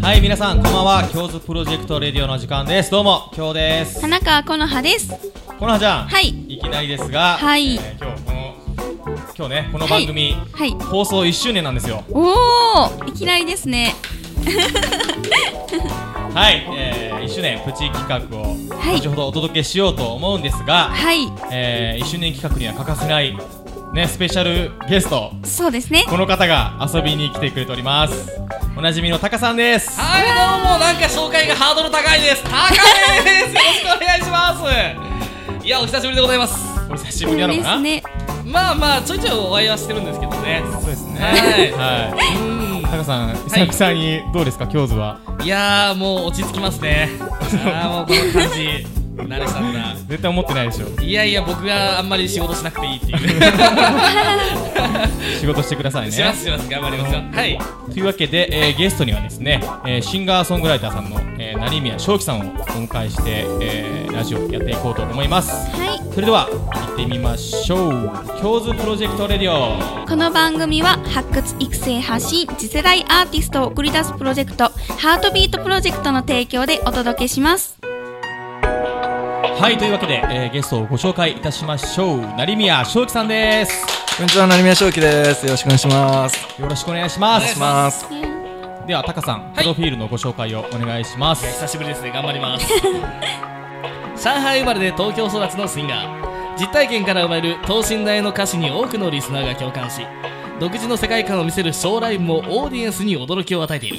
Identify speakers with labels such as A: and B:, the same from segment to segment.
A: はい皆さんこんばんは京都プロジェクトレディオの時間ですどうも京です
B: 田中このはです。
A: このはちゃん
B: はい
A: いきなりですが
B: はい
A: えー今日この今日ねこの番組
B: はい。はい、
A: 放送1周年なんですよ
B: おお、いきなりですね。
A: はいえー1周年プチ企画を
B: い
A: 後ほどお届けしようと思うんですが
B: はい。
A: えー1周年企画には欠かせないねスペシャルゲスト
B: そうですね。
A: この方が遊びに来てくれておりますおなじみのタカさんです
C: はい、どうも、なんか紹介がハードル高いです。高いです。よろしくお願いします。いや、お久しぶりでございます。
A: お久し
B: そ
A: ぶ
B: う
A: りなの
B: で
A: かな
B: すね。
C: まあまあ、ちょいちょいお会いはしてるんですけどね。
A: そうですね
C: はい
A: は
C: うん
A: いタカさん久々にどうですか京都は、
C: いやー、もう落ち着きますね。あー、もうこの感じ、慣れちゃっ
A: 絶対思ってないでしょ
C: た。いやいや、僕があんまり仕事しなくていいっていう。
A: 仕事してください
C: しま
A: ね
C: す、します、頑張りますよ。はい。
A: というわけで、えーゲストにはですね、えーシンガーソングライターさんの、えー、成宮翔輝さんをお迎えして、えーラジオやっていこうと思います
B: は
A: それでは行ってみましょう京都プロジェクトレディオ
B: い。この番組は発掘育成発信次世代アーティストを送り出すプロジェクトハートビートプロジェクトの提供でお届けします。
A: はいというわけで、えーゲストをご紹介いたしましょう成宮翔輝さんです
D: こんにちは、成宮正輝です。よろしくお願いします。
A: よろしくお願いしま
C: お願い
A: す
C: し
D: ます。
A: ではタカさん、プロフィールのご紹介をお願いしま
C: いや
A: す
C: 久しぶりですね頑張ります 上海生まれで東京育ちのシンガー実体験から生まれる等身大の歌詞に多くのリスナーが共感し独自の世界観を見せるショーライブもオーディエンスに驚きを与えている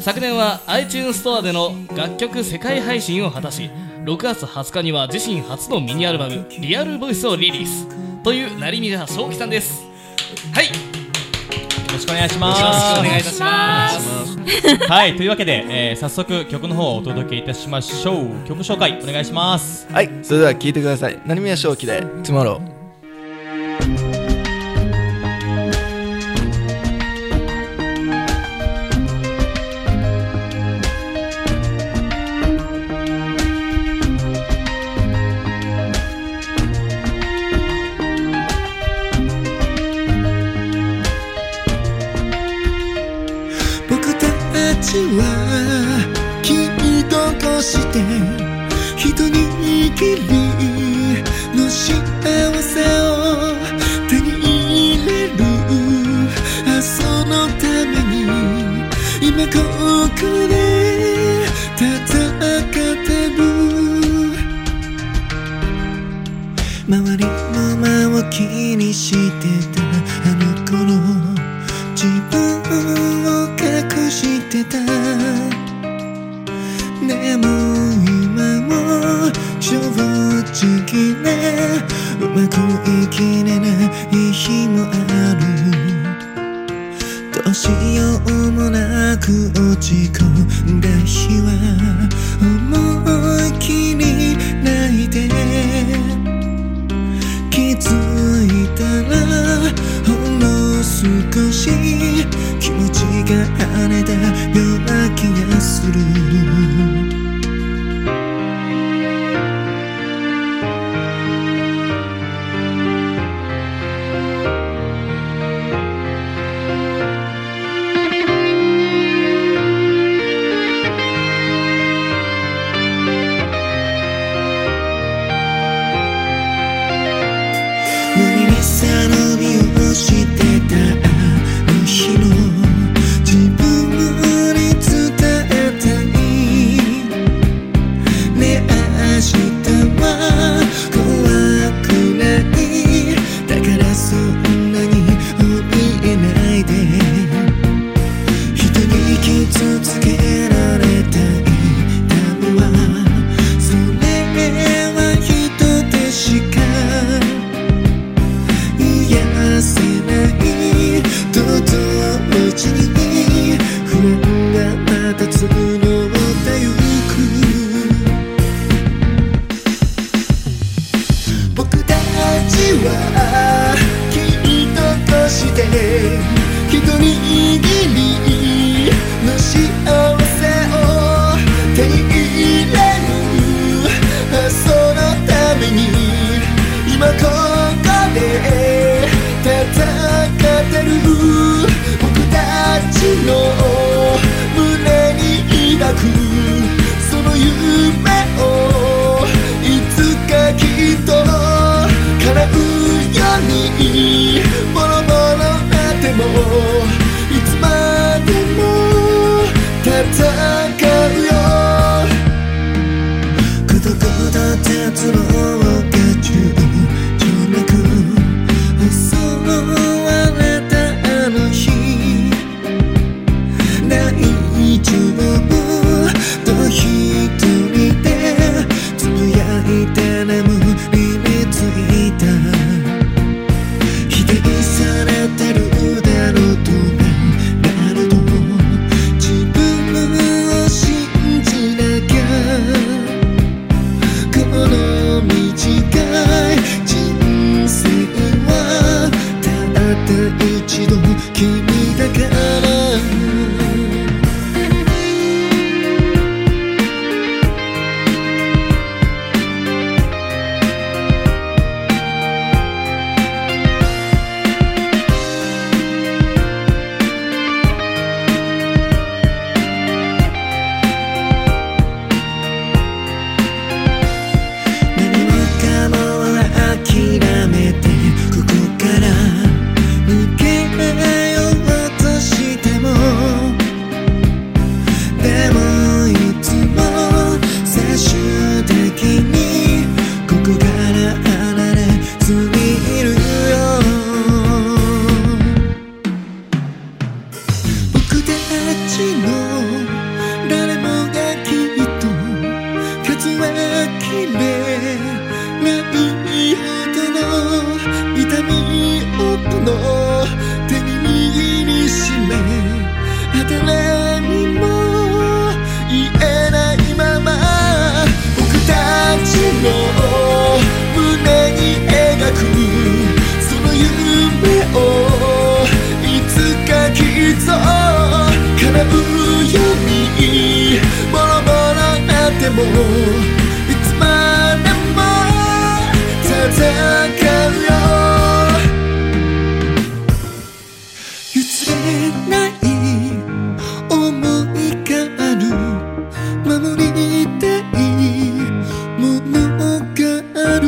C: 昨年は iTunes ストアでの楽曲世界配信を果たし6月20日には自身初のミニアルバム「リアルボイスをリリースという成宮正輝さんですはいよ
A: よろしくお願いしま
C: ろ
A: す
C: しくお願いいたします
A: はいというわけで、えー早速曲の方をお届けいたしましょう曲紹介お願いします
D: はい、それでは聞いてください。成宮正輝で、Tomorrow。
E: 僕たちはきっとこうして一人きりの幸せを手に入れる明日のために今ここで戦ってる周りの間を気にしてたあの頃自分を隠してたでも今も正直なうまくいきれない日もあるどうしようもなく落ち込んだ日は思いっきり泣いて気づいたらほんの少し気持ちが晴れたような気がする無理にさ伸びをしてたあの日の自分に伝えたいね明日は怖くないだからそんなに怯えないで人に傷つけられたいためはそれは人でしか癒せないと同時に不安がまた募ってゆく僕たちはきっとこうして一握りの幸せを手に入れるそのために今ここで戦ってる僕たちの胸に
F: 夢をいつかきっと叶うようにボロボロなってもいつまでも戦うよ孤独と絶望が中じゃなく襲われたあの日大丈夫と一人でつぶやいて眠りについた否定されてるだろうとなると自分を信じなきゃこの短い人生はたった一度君だから何もかもは諦めてここから抜けようとしてもでもいつも最終的にここから離れずにいるよ僕たちの誰もがきっと数えきれないほどの痛みをこの手に握りしめ誰にも言えないまま僕たちの胸に描くその夢をいつかきっと叶うようにボロボロなってもいつまでも戦うよ譲れない思いがある守りたいものがある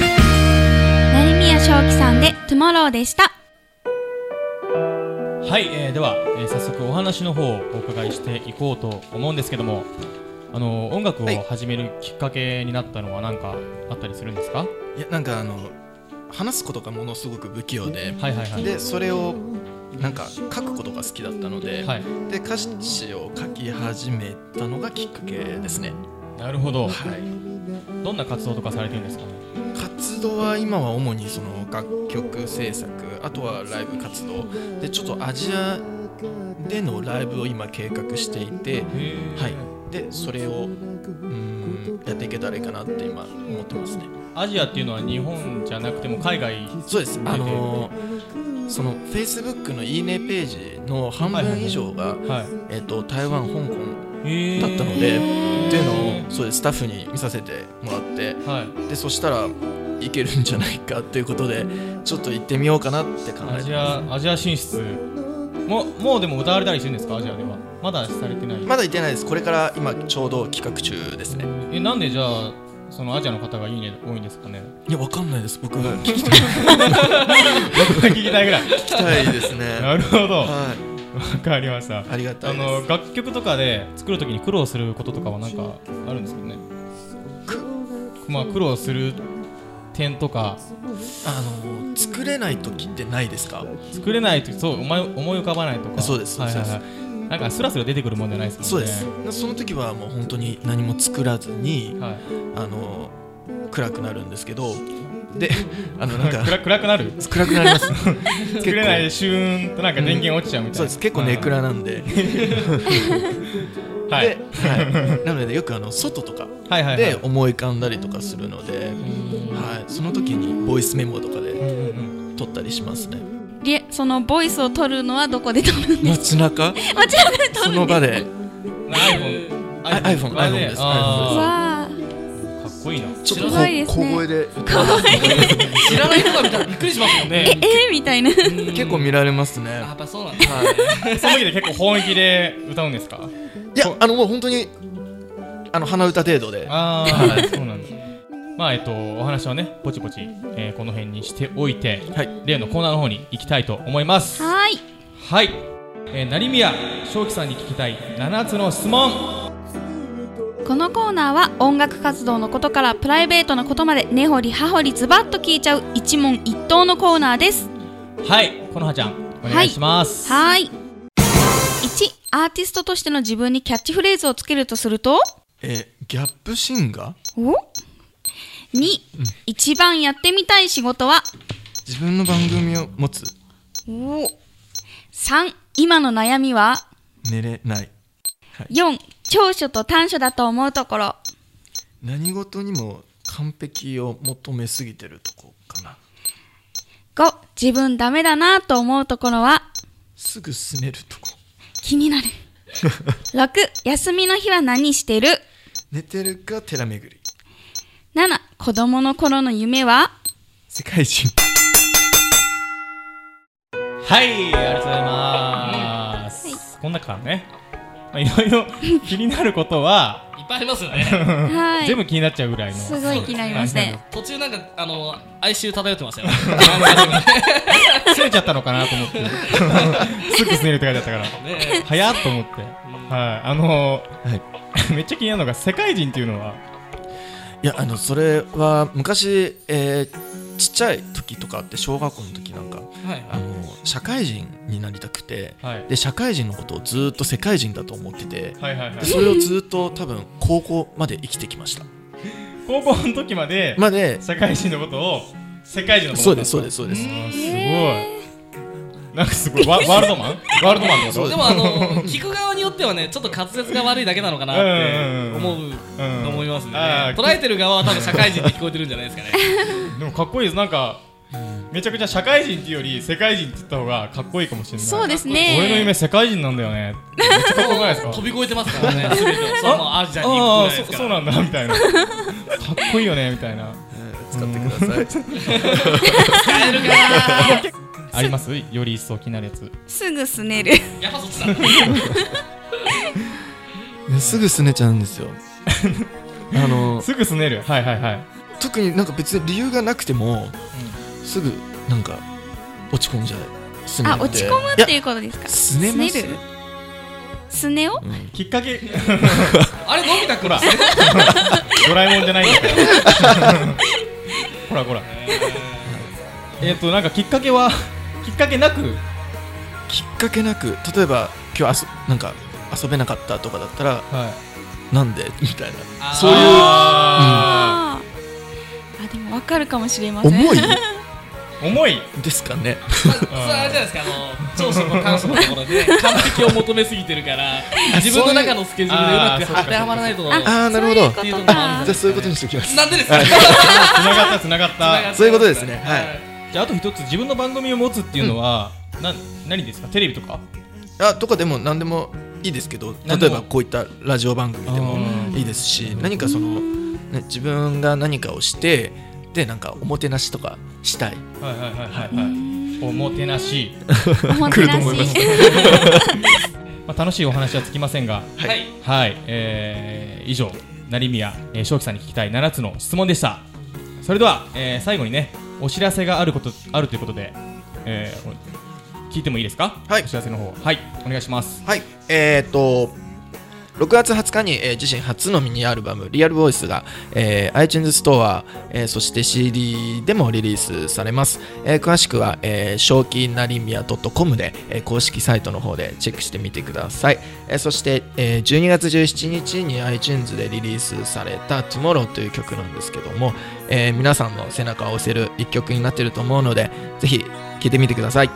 B: 成宮正輝さんでトゥモローでした。
A: はい、えーでは、えー早速お話の方をお伺いしていこうと思うんですけどもあの音楽を
D: はい
A: 始めるきっかけになったのは何かあったりするんですか、
D: いやなんかあの話すことがものすごく不器用で、
A: はいはいはい
D: でそれをなんか書くことが好きだったので、
A: はい
D: で歌詞を書き始めたのがきっかけですね。
A: なるほど
D: はい。
A: どんな活動とかされてるんですか
D: 活動は今は主にその楽曲制作、あとはライブ活動でちょっとアジアでのライブを今計画していて、
A: へー
D: はい。でそれをうーんやっていけたらいいかなって今思ってますね。
A: アジアっていうのは日本じゃなくても海外
D: そうです。あのーその Facebook のいいねページの半分以上が、
A: はい
D: えっ、と台湾、香港
A: へー
D: だったので、っていうのをそうですスタッフに見させてもらって、
A: はい
D: でそしたらいけるんじゃないかということでちょっと行ってみようかなって考
A: ア
D: えて
A: ジ
D: ま
A: アアジア進出ももうでも歌われたりしてるんですかアジアではまだされてない
D: すまだ行ってないですこれから今ちょうど企画中ですね
A: えなんでじゃあそのアジアの方がいいね多いんですかね
D: いやわかんないです僕が聞き
A: 聞きたいぐら い
D: たいですね
A: なるほどわ
D: はい
A: かりました
D: ありがた
A: あ
D: いです
A: の楽曲とかで作るときに苦労することとかは何かあるんですかねまあ苦労する点とか
D: あの作れない時ってないですか
A: 作れないとそう思い思い浮かばないとか
D: そうです
A: はいはいは
D: そ
A: いなんかスラスラ出てくるもんじゃないです
D: そ
A: も
D: うん
A: ね
D: ですその時はもう本当に何も作らずに
A: は
D: あの暗くなるんですけどであのなん
A: い
D: か
A: 暗暗くなる
D: 暗くな ります
A: 作れないでシューンとなんか電源落ちちゃうみたいな、
D: そうです結構ネクラなんで、
A: はい、
D: で、はい、 なのでよくあの外とか
A: はいはいはい
D: で思い浮かんだりとかするので、はい、その時にボイスメモとか
A: うん
D: で
A: うんうん
D: 撮ったりしますね。
B: リそのボイスを取るのは どこで取るんです
D: 街中
B: か間違って撮
D: そ
B: るんです
D: の場 で
A: あ
D: iPhone
A: これ
D: iPhone です
B: か
A: あ
B: わあ
A: ーかっこいいな
G: ち
B: すごいです
G: 小
B: ね
G: 声で
B: かわいい
C: 知らない人が見たらびっくりしますもん
B: え
C: ね
B: えみたいな
D: 結構見られますね
C: あやっぱそうなんだ
A: その時で結構本気で歌うんですか
G: いやあのもう本当にあの鼻歌程度で
A: ああ、そうなんです。まあえっと、お話はね、ポチポチ、えーこの辺にしておいて、例のコーナーの方に行きたいと思います。
B: はーい
A: はい、えー、成宮正輝さんに聞きたい7つの質問。
B: このコーナーは音楽活動のことからプライベートなことまで根掘り葉掘りズバッと聞いちゃう一問一答のコーナーです
A: はい、このはちゃん、お願いします。
B: はーい1アーティストとしての自分にキャッチフレーズをつけるとすると
D: えギャップシンガー
B: お2一番やってみたい仕事は
D: 自分の番組を持つ
B: お3今の悩みは
D: 寝れない
B: 4長所と短所だと思うところ
D: 何事にも完璧を求めすぎてるとこかな
B: 5自分ダメだなと思うところは
D: すぐすねるとこ
B: 気になる6休みの日は何してる
D: 寝てるか寺巡り
B: 7子供の頃の夢は
D: 世界一
A: はい、ありがとうございます。この中からね、まあ、いろ いろ気になることは、
C: いっぱいありますよね
B: はい
A: 全部気になっちゃうぐらいの。
B: すごい気になりますね
C: 途中なんかあの哀愁漂ってましたよ
A: すれちゃったのかなと思 って、 すぐすねるって書いてあったから。
C: ね
A: 早っと思って、はい、あのー めっちゃ気になるのが世界人っていうのはい
D: やあのそれは昔、えーちっちゃい時とかあって小学校の時なんか
C: はい
D: あの社会人になりたくて
A: はい
D: で社会人のことをずーっと世界人だと思ってて
A: はいはいは
D: で
A: い
D: それをずーっと多分高校まで生きてきました
A: 高校の時まで
D: まで
A: 社会人のことを世界人のこと
D: そうですそうですそうです
A: すすごいなんかすごいワワールドマンワールドマンってこと
C: でもあの聞く側によってはねちょっと滑舌が悪いだけなのかなって思う
A: うん
C: 思いますね
A: あー
C: 捉えてる側は多分社会人って聞こえてるんじゃないですかね
A: でもかっこいいですなんかめちゃくちゃ社会人っていうより世界人って言った方がかっこいいかもしれない
B: そうです
A: 俺の夢
B: ね
A: 世界人なんだよねめっちゃかっこよくないですか
C: 飛び越えてますからね全てをそれはもうアジアに行
A: あ
C: く
A: あ
C: ぐらい
A: そ
C: ですか
A: そう
C: ら
A: なんだみた いなかっこいいよねみたいな
G: 使ってください
C: 使えるかな
A: ありますより一層気になるやつ
B: すぐすねる
C: やっぱそっちなんだ
D: いやすぐすねちゃうんですよあの
A: すぐすねるはいはいはい
D: 特になんか別に理由がなくても、すぐなんか落ち込んじゃうすね
B: あ
D: て
B: 落ち込むって
D: い
B: いうことですか
D: やすねます
B: ねるすねを
A: きっかけ
C: あれのび太くんですね
A: ドラえもんじゃないん だからほらほらえっとなんかきっかけはきっかけなく
D: きっかけなく例えば今日遊なんか遊べなかったとかだったら
A: はい
D: なんでみたい
C: あー
D: なそういう
B: あー
A: あ
B: あでもわかるかもしれません
D: 思い
A: ー重い
D: ですかね
C: それあれじゃないですかあの長所と短所のところで完璧を求めすぎてるから自分の中のスケジュールでうまく当てはまらないと
B: あ
D: ああなるほど
B: そういう
C: っていうと
B: こ
C: ことろもあ
B: か
C: る
G: じゃあそういうことにしておきます
C: なんでですか
A: つながったつながった
D: そういうことですねはい
A: じゃああと一つ自分の番組を持つっていうのは、な何ですかテレビとか
D: あとかでも何でもいいですけど
A: 何
D: 例
A: で
D: え
A: も
D: ばこういったラジオ番組でも
A: うん
D: いいですし何かその、ね、自分が何かをしてでなんかおもてなしとかしたい
A: はいはいはいはいはいおもてなし、
B: おもてなし
A: まあ、楽しいお話はつきませんが
C: はいはい
A: はい、えー以上成宮えー正輝さんに聞きたい7つの質問でしたそれでは、えー最後にねお知らせがあることあるということで、えー聞いてもいいですか
D: はい
A: お知らせの方はいお願いします
D: はいえっと6月20日に、えー自身初のミニアルバム「リアルボイスが、えー iTunes ストア、えーそして CD でもリリースされます、えー詳しくは、えー、正気なりみや .com で、えー公式サイトの方でチェックしてみてください、えーそして、えー12月17日に iTunes でリリースされた「Tomorrow」という曲なんですけども、えー皆さんの背中を押せる一曲になっていると思うのでぜひ聴いてみてください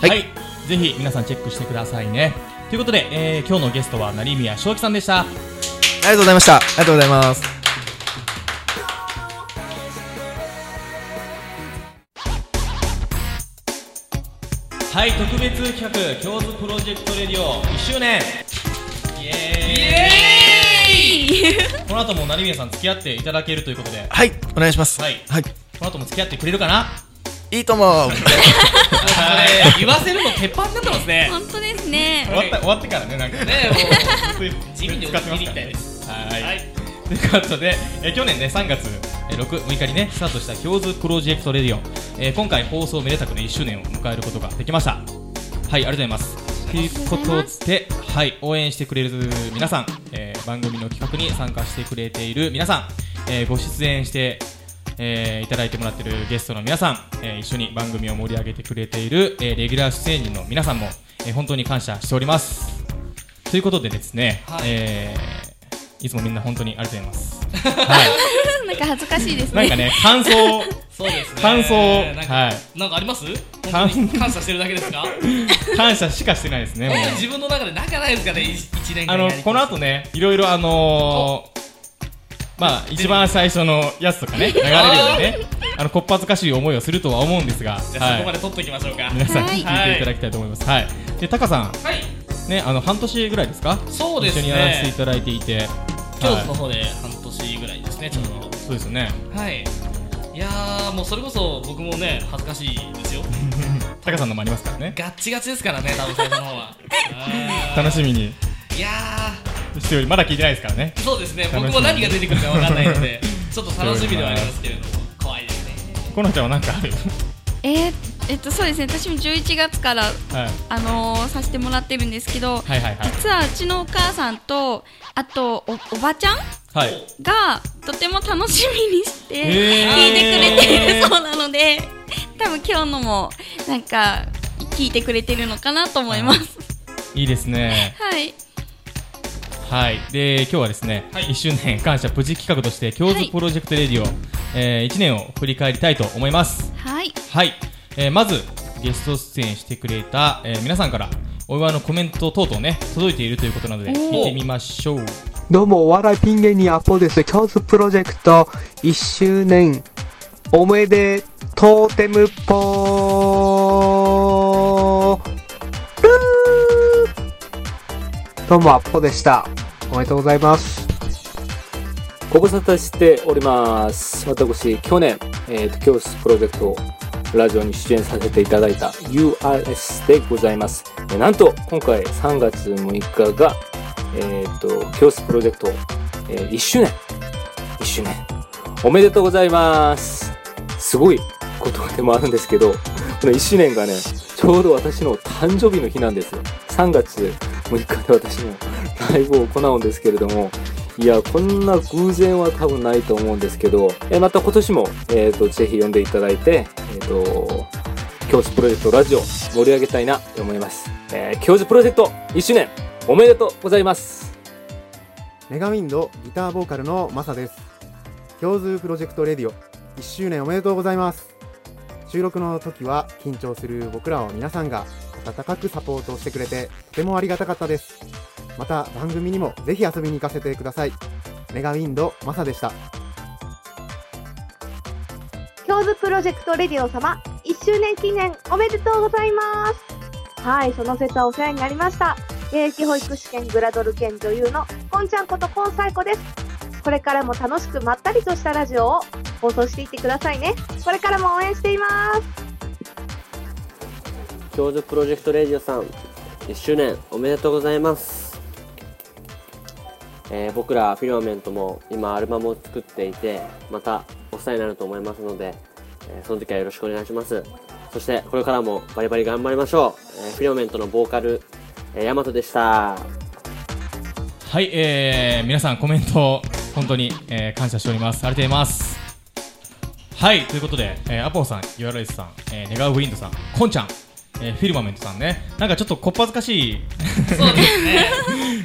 D: はい
A: ぜひ皆さんチェックしてくださいねということで、えー今日のゲストは成宮正輝さんでした
D: ありがとうございましたありがとうございます
F: 「
A: はい特別企画京都プロジェクトレディオ1周年イエーイこの後も成宮さん付き合っていただけるということで
D: はいお願いします
A: はい
D: はい、
A: この後も付き合ってくれるかな
D: いいとも
C: はい言わせるの鉄板になってますね
B: 本当ですね
A: 終わった終わってからねなんか
C: ねえもう
A: 地
C: 地味に
A: 使ってま
C: 地味に行
A: すか
C: きた
A: ら
C: い
A: ね
C: です
A: はい
C: はい
A: ということで、えー去年ね3月、えー、6, 6日にねスタートした京都プロジェクトレディオ、えー今回放送めでたくね1周年を迎えることができましたはいありがとうございますということで、はい、応援してくれる皆さん、えー番組の企画に参加してくれている皆さん、えーご出演して、えーいただいてもらってるゲストの皆さん、えー一緒に番組を盛り上げてくれている、えーレギュラー出演人の皆さんも、えー本当に感謝しておりますということでですね、
C: はい
A: いえーいつもみんな本当にありがとうございます
B: なんか恥ずかしいです
A: なんか
B: ね
A: ね、感想を、
C: そうですね
A: 感想
C: なんか,、
A: は
C: なんかあります
A: 感
C: 本当に感謝してるだけです か
A: 感謝しかしてないですね、もう。
C: 自分の中でなんかないですかねい一年間
A: あの
C: やりきって
A: この後ね、いろいろあのー、まあ一番最初のやつとか ね流れるようにね、あのこっぱずかしい思いをするとは思うんですが、
C: じゃあそこま
A: は
C: で取っときましょうか
A: い、皆さん
B: はい
A: 聞いていただきたいと思います。はい。でタカさ
C: はい
A: んね、あの半年ぐらいですか？
C: そうですね
A: 一緒にやらせていただいていて、
C: 京
A: は
C: 都の方で半年ぐらいですねちょうど
A: い、そうですよね。
C: はいいやーもうそれこそ僕もね恥ずかしいですよ
A: タカさんのもありますからね。
C: ガッチガチですからね多分最初の方 はあ
A: 楽しみに
C: ーいや
A: しておりまだ聞いてないですからね。
C: ーそうですね
A: み
C: 僕も何が出てくるかわかんないのでちょっと楽しみではありますけれども怖いですね
A: コナちゃんはなんかある？
B: えーえっとそうですね私も11月から
A: はい
B: あのーさせてもらってるんですけど、
A: はいはいはい
B: 実はうちのお母さんとあとおおばちゃん
A: はい。
B: がとても楽しみにして
A: へー
B: 聞いてくれている そうなので多分今日のもなんか聞いてくれてるのかなと思います。
A: いいですね。
B: はい、
A: はい、で今日はですね、
C: はい
A: 1周年感謝プチ企画として京
B: はい
A: 都プロジェクトレディオ、え1年を振り返りたいと思います
B: はい、
A: はい、えーまずゲスト出演してくれた、えー皆さんからお祝いのコメント等々ね届いているということなので
B: おー
A: 聞いてみましょう
H: どうも、お笑いピン芸人アポです。京都プロジェクト1周年、おめでとうてむぽールーどうも、アポでした。おめでとうございます。
I: ご無沙汰しております私去年、えーと教室プロジェクトラジオに出演させていただいた URS でございますえーなんと今回3月6日がえっ、と教室プロジェクト、え1周年1周年おめでとうございますすごいことでもあるんですけどこの1周年がねちょうど私の誕生日の日なんですよ3月6日で私のライブを行うんですけれどもいや、こんな偶然は多分ないと思うんですけど、えーまた今年も、えー、とぜひ呼んでいただいて、えー、と教室プロジェクトラジオ盛り上げたいなと思います。えー、教室プロジェクト1周年おめでとうございます。
J: メガウィンドギターボーカルのマサです。京ズープロジェクトレディオ1周年おめでとうございます。収録の時は緊張する僕らを皆さんが温かくサポートしてくれてとてもありがたかったです。また番組にもぜひ遊びに行かせてください。メガウィンドマサでした。
K: 京都プロジェクトレディオ様1周年記念おめでとうございますはいその説はお世話になりました現役保育士兼グラドル兼女優のこんちゃんことこんさいこですこれからも楽しくまったりとしたラジオを放送していってくださいねこれからも応援しています
L: 教授プロジェクトレディオさん1周年おめでとうございます、えー僕らフィラメントも今アルバムを作っていてまたお世話になると思いますので、えーその時はよろしくお願いしますそしてこれからもバリバリ頑張りましょう、えーフィラメントのボーカル、えー、ヤマトでした
A: はい、えー皆さんコメント本当に、えー感謝しておりますありがとうございますはいということで、えーアポさん URS さん、えーネガウウィンドさんコンちゃん、えーフィルマメントさんねなんかちょっとこっぱずかしい
C: そうですね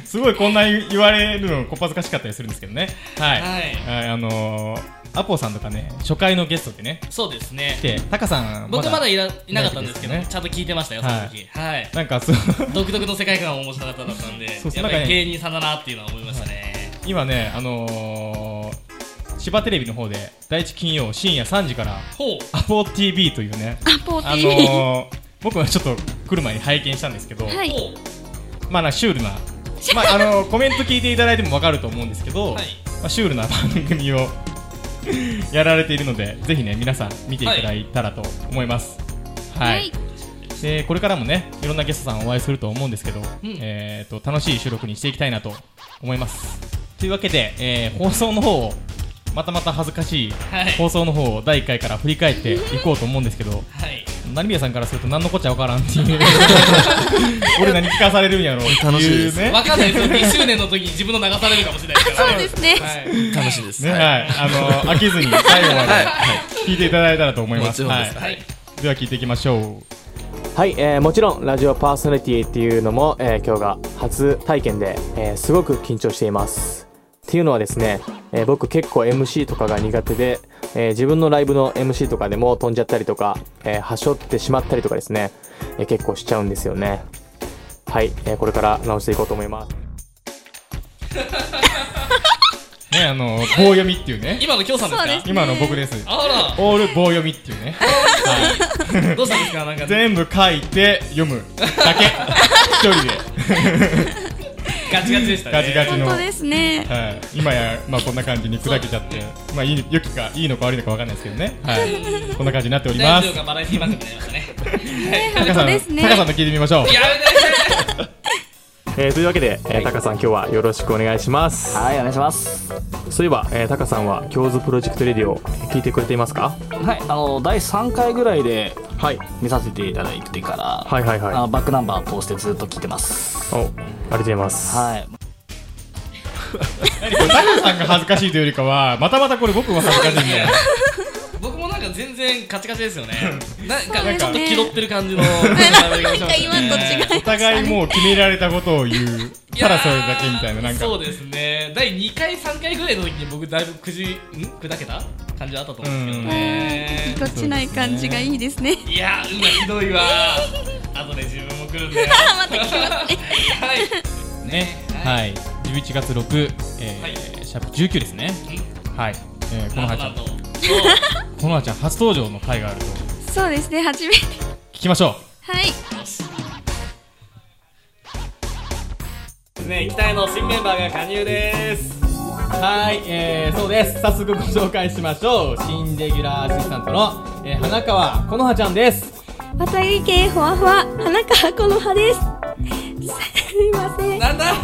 A: すごいこんな言われるのこっぱずかしかったりするんですけどねはい、
C: はい
A: あのー、アポさんとかね初回のゲストでね
C: そうですね
A: 来てタカさん
C: 僕まだいらいなかったんですけど、
A: いないですね
C: ちゃんと聞いてましたよ、その時。はい。
A: なんかそう
C: 独特の世界観も面白かっただったんで、
A: そうそう
C: やっぱ
A: な
C: り
A: んかね
C: 芸人さんだなっていうのは思いましたね。
A: 今ねあのー、千葉テレビの方で第一金曜深夜3時から
C: ほう。
A: アポ TV というね
B: アポーテ
A: あ
B: ィー、
A: のー、僕はちょっと来る前に拝見したんですけど、
B: はい。
A: まあなんかシュールな、まあ、あのコメント聞いていただいても分かると思うんですけど、まあ、シュールな番組を やられているのでぜひね皆さん見ていただいたらと思います。はい、
F: はい
A: でこれからもねいろんなゲストさんお会いすると思うんですけど、
F: ん
A: えー、と楽しい収録にしていきたいなと思います。というわけで、えー放送の方をまたまた恥ずかしい
C: はい
A: 放送の方を第1回から振り返っていこうと思うんですけど、成宮さんからすると何のこっちゃ分からんっていう俺何聞かされるんやろって
C: 楽しい
A: い
C: で
A: う
C: す
A: ね
C: わかんないですよ2周年の時に自分の流されるかもしれないから
A: そうですね
C: はい
D: 楽しいです
A: ねはい、
D: はい
A: あの飽きずに最後まで
D: はい
A: 聞いていただいたらと思います
D: もちろんです
A: はいでは聞いていきましょう
M: はい、えーもちろんラジオパーソナリティっていうのも、えー今日が初体験で、えーすごく緊張していますっていうのはですね、えー僕結構 MC とかが苦手で、えー自分のライブの MC とかでも飛んじゃったりとか、えーはしょってしまったりとかですね、えー結構しちゃうんですよねはい、えーこれから直していこうと思います
A: ねあの棒読みっていうね
C: 今の京さんですかそうですね
A: 今の僕です
C: あ
A: オール棒読みっていうねはい
C: どうしたんですかなんか
A: 全部書いて読むだけ一人で
C: ガチガチでしたね
A: ガチガチの
B: 本当ですね
A: はい、今や、まあ、こんな感じに砕けちゃってまあいい良きかいいのか悪いのかわかんないですけどね、はい、こんな感じになっております
C: 大丈夫かバラエティ番組になりました ね
A: タカさんのタカさんの聞いてみましょう
M: えーというわけで、えー、タカさん今日はよろしくお願いしますはいお願いしますそういえば、えー、タカさんは「京ズプロジェクトレディオ」聞いてくれていますか
N: はい、あの第3回ぐらいで、見させていただいてから、
M: はいはいはい
N: あのバックナンバーを通してずっと聞いてます。
M: おありがとうございます
N: はい、
A: タカさんが恥ずかしいというよりかはまたまたこれ僕が恥ずかしいんだよ
C: 僕もなんか全然カチカチですよ ねなん
A: そ
C: か
A: うですね
C: ちょっと気取ってる 感じの
A: なんか今とお互いもう決められたことを言うただそれだけみたいななんか
C: そうですね第2回3回ぐらいの時に僕だいぶくじん砕けた感じあったと思うんですけどね
B: どっちない感じがいいですね。
C: いやーうわひどいわあとで自分も来 るんだよ
B: また来ます
A: ね、はい、11月6、えーシャープ19ですね。はい、えー、このはちゃん、このはちゃん初登場の回があると
B: そうですね、初めて。
A: 聞きましょ
B: はい。
C: ね、期待の新メンバーが加入です
A: はい、えー、そうです早速ご紹介しましょう新レギュラーアシスタントの、えー、花川このはちゃん です。
B: 私系ふわふわ、花川この葉です。すいません。
C: なんだ。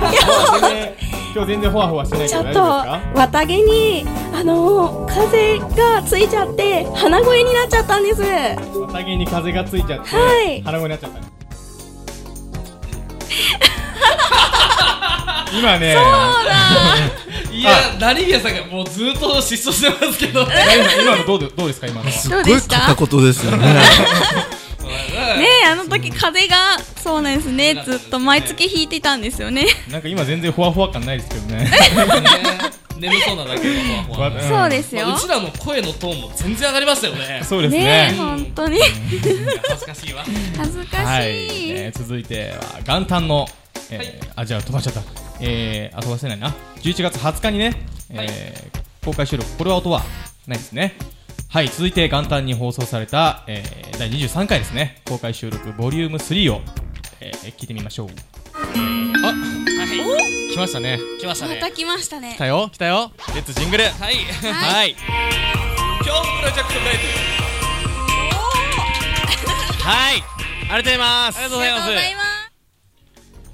A: 今日全然ほわほわしてない
B: ち
A: け
B: ょ
A: ど
B: っ
A: 大
B: と
A: 丈夫ですか？
B: 綿毛にあの風がついちゃって鼻声になっちゃったんです。
A: 綿毛に風がついちゃって、
B: はい
A: 鼻声になっちゃった。今ね、
C: いや成宮さんがもうずっと失踪してますけ ど
A: 今のどうでどうですか今のは？
B: すっごい片
D: 言ですよね。
B: ねえあの時風がそうなんですね。ずっと毎月弾いてたんですよね。
A: なんか今全然ふわふわ感ないですけどね。
C: 眠そうなだけでほわほわ
A: うんそうですよ
C: まあうちらの声のトーンも全然上がりましたよ ね
A: そうですね
B: え本当に。
C: 恥ずかしいわ
B: 恥ずか
A: はい、
B: しい。
A: えー続いては元旦の、えーあじゃあ飛ばしちゃった、えー、あ飛ばせないな11月20日にね、えー公開収録これは音はないですねはい続いて元旦に放送された、えー、第23回ですね公開収録ボリューム3を、えー、聞いてみましょう
B: あ、
O: 来ましたね
C: 来ました
B: また来ましたね
O: 来。たよ来たよレッツジングル
C: はい
O: はい
C: 今日プロジェクトレデ
O: はいありがとうございますありがとうございます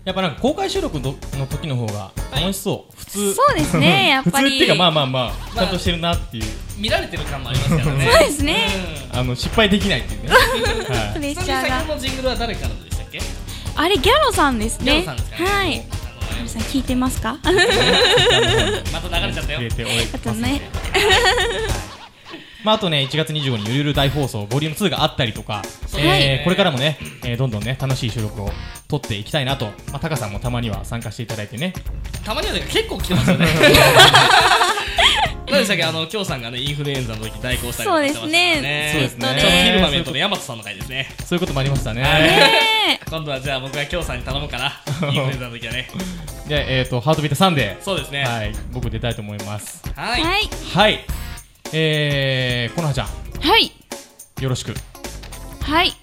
A: やっぱなんか公開収録のの時の方が楽しそう、 普通
B: そうですねやっぱり
A: 普通っていうかまあまあまあちゃんとしてるなっていう、
C: ィ見られてる感もありますからね
B: そうですね。
A: あの失敗できないっていうね、
B: プ
A: は
B: レッシ
C: ちな
B: ャ
C: み
B: ーが
C: に先。ほどのジングルは誰からでしたっけ
B: あれギャロさんですね。
C: ギャロさんですかね
B: はい。ギャロさん聞いてますか？
C: また流れちゃったよ
A: 入れておい
B: あと ね。
A: まあ、あとね、1月25日にゆるゆる大放送、ボリューム2があったりとか、
C: そうです
A: え
C: ね
A: ー、これからもね、えー、どんどんね、楽しい収録を撮っていきたいなと、まあ、タカさんもたまには参加していただいてね、
C: たまにはね結構来てますよね 何でしたっけあの京さんがねインフルエンザの時代行したりとかしてましたからね
A: そうですねそうですね
C: ちょっとフィルマメントの大和さんの回ですね
A: そういうこともありましたね。
C: 今度はじゃあ僕が京さんに頼むからイン フルエンザの時はね
A: で、えっ、ー、と、ハートビートサンデー、
C: そうですね
A: はい、僕出たいと思います。
C: はい
A: はい、えー、このはちゃん、
B: はい
A: よろしく。
B: はい。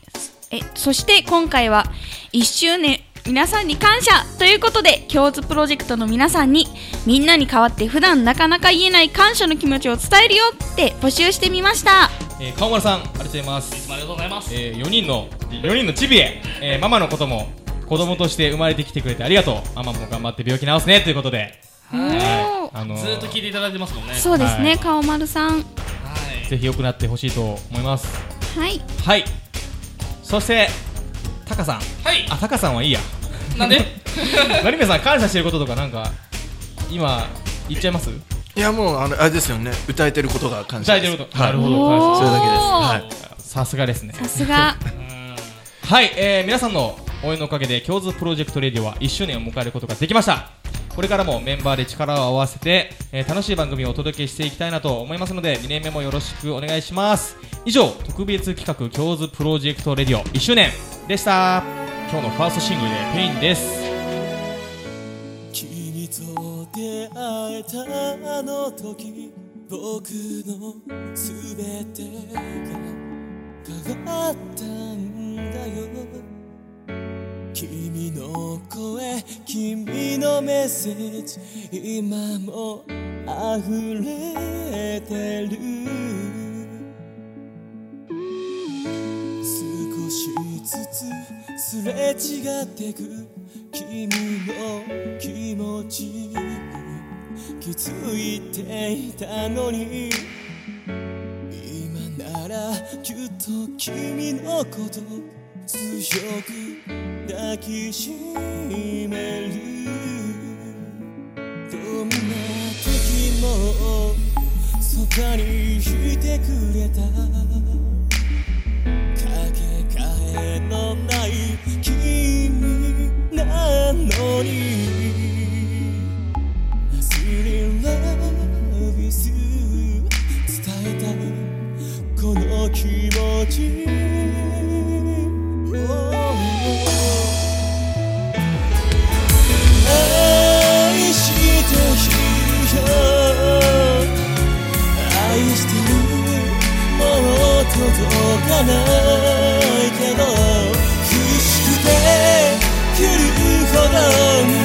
B: えそして今回は1周年皆さんに感謝ということで共通プロジェクトの皆さんにみんなに代わって普段なかなか言えない感謝の気持ちを伝えるよって募集してみました
A: えー、川村さん、ありがとうございます。いつもありがとうございます。えー、4人の、4人のチビへ、えー、ママのことも、子供として生まれてきてくれてありがとう。ママも頑張って病気治すね、ということで。はい。あのー
C: ずーっと聞いていただいてますもんね
B: そうですね、顔丸さん
A: はいぜひ良くなってほしいと思います。
B: はい
A: はい。そして、タカさん。はい。あ、タカさんはいいや。なん で成宮さん、感謝してることとかなんか、今、言っちゃいます
D: いやもうあのあれですよね歌えてることが感謝
A: 伝え
D: で
A: て
D: す
A: ること。
D: はい
A: なるほど。
D: それだけですはい
A: けです。はい。さすがですね。
B: さす が
A: はい、えー皆さんの応援のおかげで共通プロジェクトレディオは1周年を迎えることができましたこれからもメンバーで力を合わせて、えー楽しい番組をお届けしていきたいなと思いますので2年目もよろしくお願いします以上特別企画共通プロジェクトレディオ1周年でした今日のファーストシングルで「ペインです
G: 君と出会えたあの時僕の全てが変わったんだよ君の声君のメッセージ今も溢れてる少しずつすれ違ってく君の気持ちに気づいていたのに今ならきっと君のこと強く抱きしめるどんな時もそばにいてくれたかけがえのない君なのに Still in love with you 伝えたいこの気持ち Oh 愛しているよ愛してるもう届かないけど苦しくて来るほど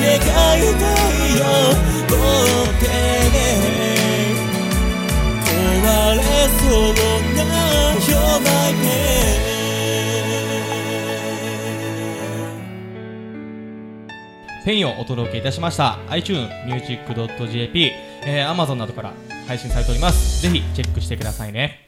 G: 願いたいよ持ってね壊れそうな夜前へ」
A: ペインをお届けいたしました iTunemusic.jp、えー、Amazon などから配信されておりますぜひチェックしてくださいね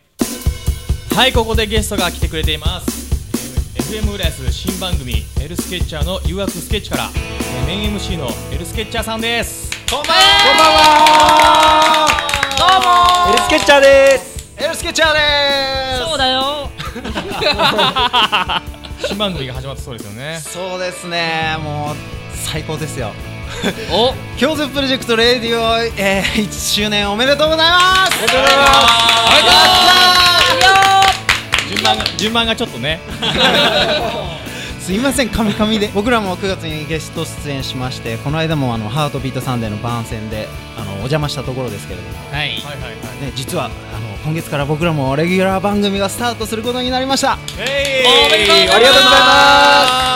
A: はいここでゲストが来てくれていますえー FM 浦安新番組「エルスケッチャー」の誘惑スケッチから、えーメイン MC のエルスケッチャーさんですこんばんはこんばんはどうもエルスケッチャーですエルスケッチャーです
P: そうだよ
A: 新番組が始まったそうですよね
Q: そうですねもう最高ですよお 共通プロジェクトレディオ、えー、1周年おめでとうございますおめでとうございます順番が順番がちょっとねすいませんカミカミで僕らも9月にゲスト出演しましてこの間もあのハートビートサンデーの番宣であのお邪魔したところですけれども
C: はいはいはい
Q: ね、実はあの今月から僕らもレギュラー番組がスタートすることになりました、
G: おめでとうございますありがとうござい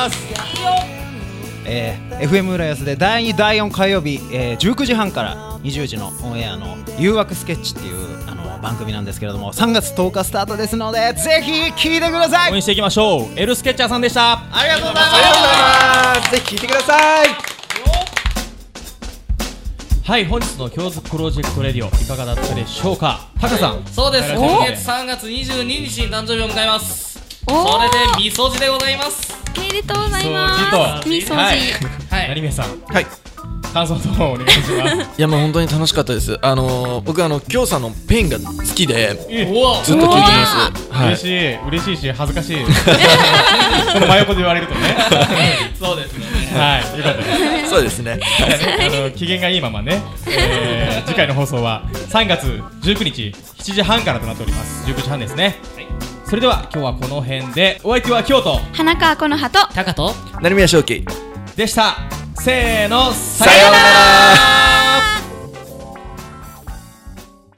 G: ます
Q: えー FM 浦安で第2第4火曜日、えー19時半から20時のオンエアの「誘惑スケッチ」っていうあの番組なんですけれども3月10日スタートですのでぜひ聞いてください
A: 応援していきましょうエルスケッチャーさんでした
Q: ありがとうございますありがとうございますぜひ聞いてください
A: はい本日の共通プロジェクトレディオいかがだったでしょうかタカさん
C: そうです
A: お願
C: 今
A: いし
C: 月
A: ま
C: 3月22日に誕生日を迎えますそれでみそじでございます
B: おめでとうござい
A: 掃
B: ま
A: 除
B: す
A: と
B: みそじ
A: はい成宮さんはい感想の方お願いします
D: いやもう本当に楽しかったですあのー僕あの京さんのペインが好きで ずっと聞いてますはい
A: 嬉しい嬉しいし恥ずか しいこの真横で言われるとね
C: そうですね
A: はいよかったです
D: そうですね
A: あの機嫌がいいままね、えー 次回の放送は3月19日7時半からとなっております19時半ですねそれでは今日はこの辺でお相手は京都
B: 花川この葉と
C: 高と
D: 成宮正輝
A: でしたせーの
D: さようなら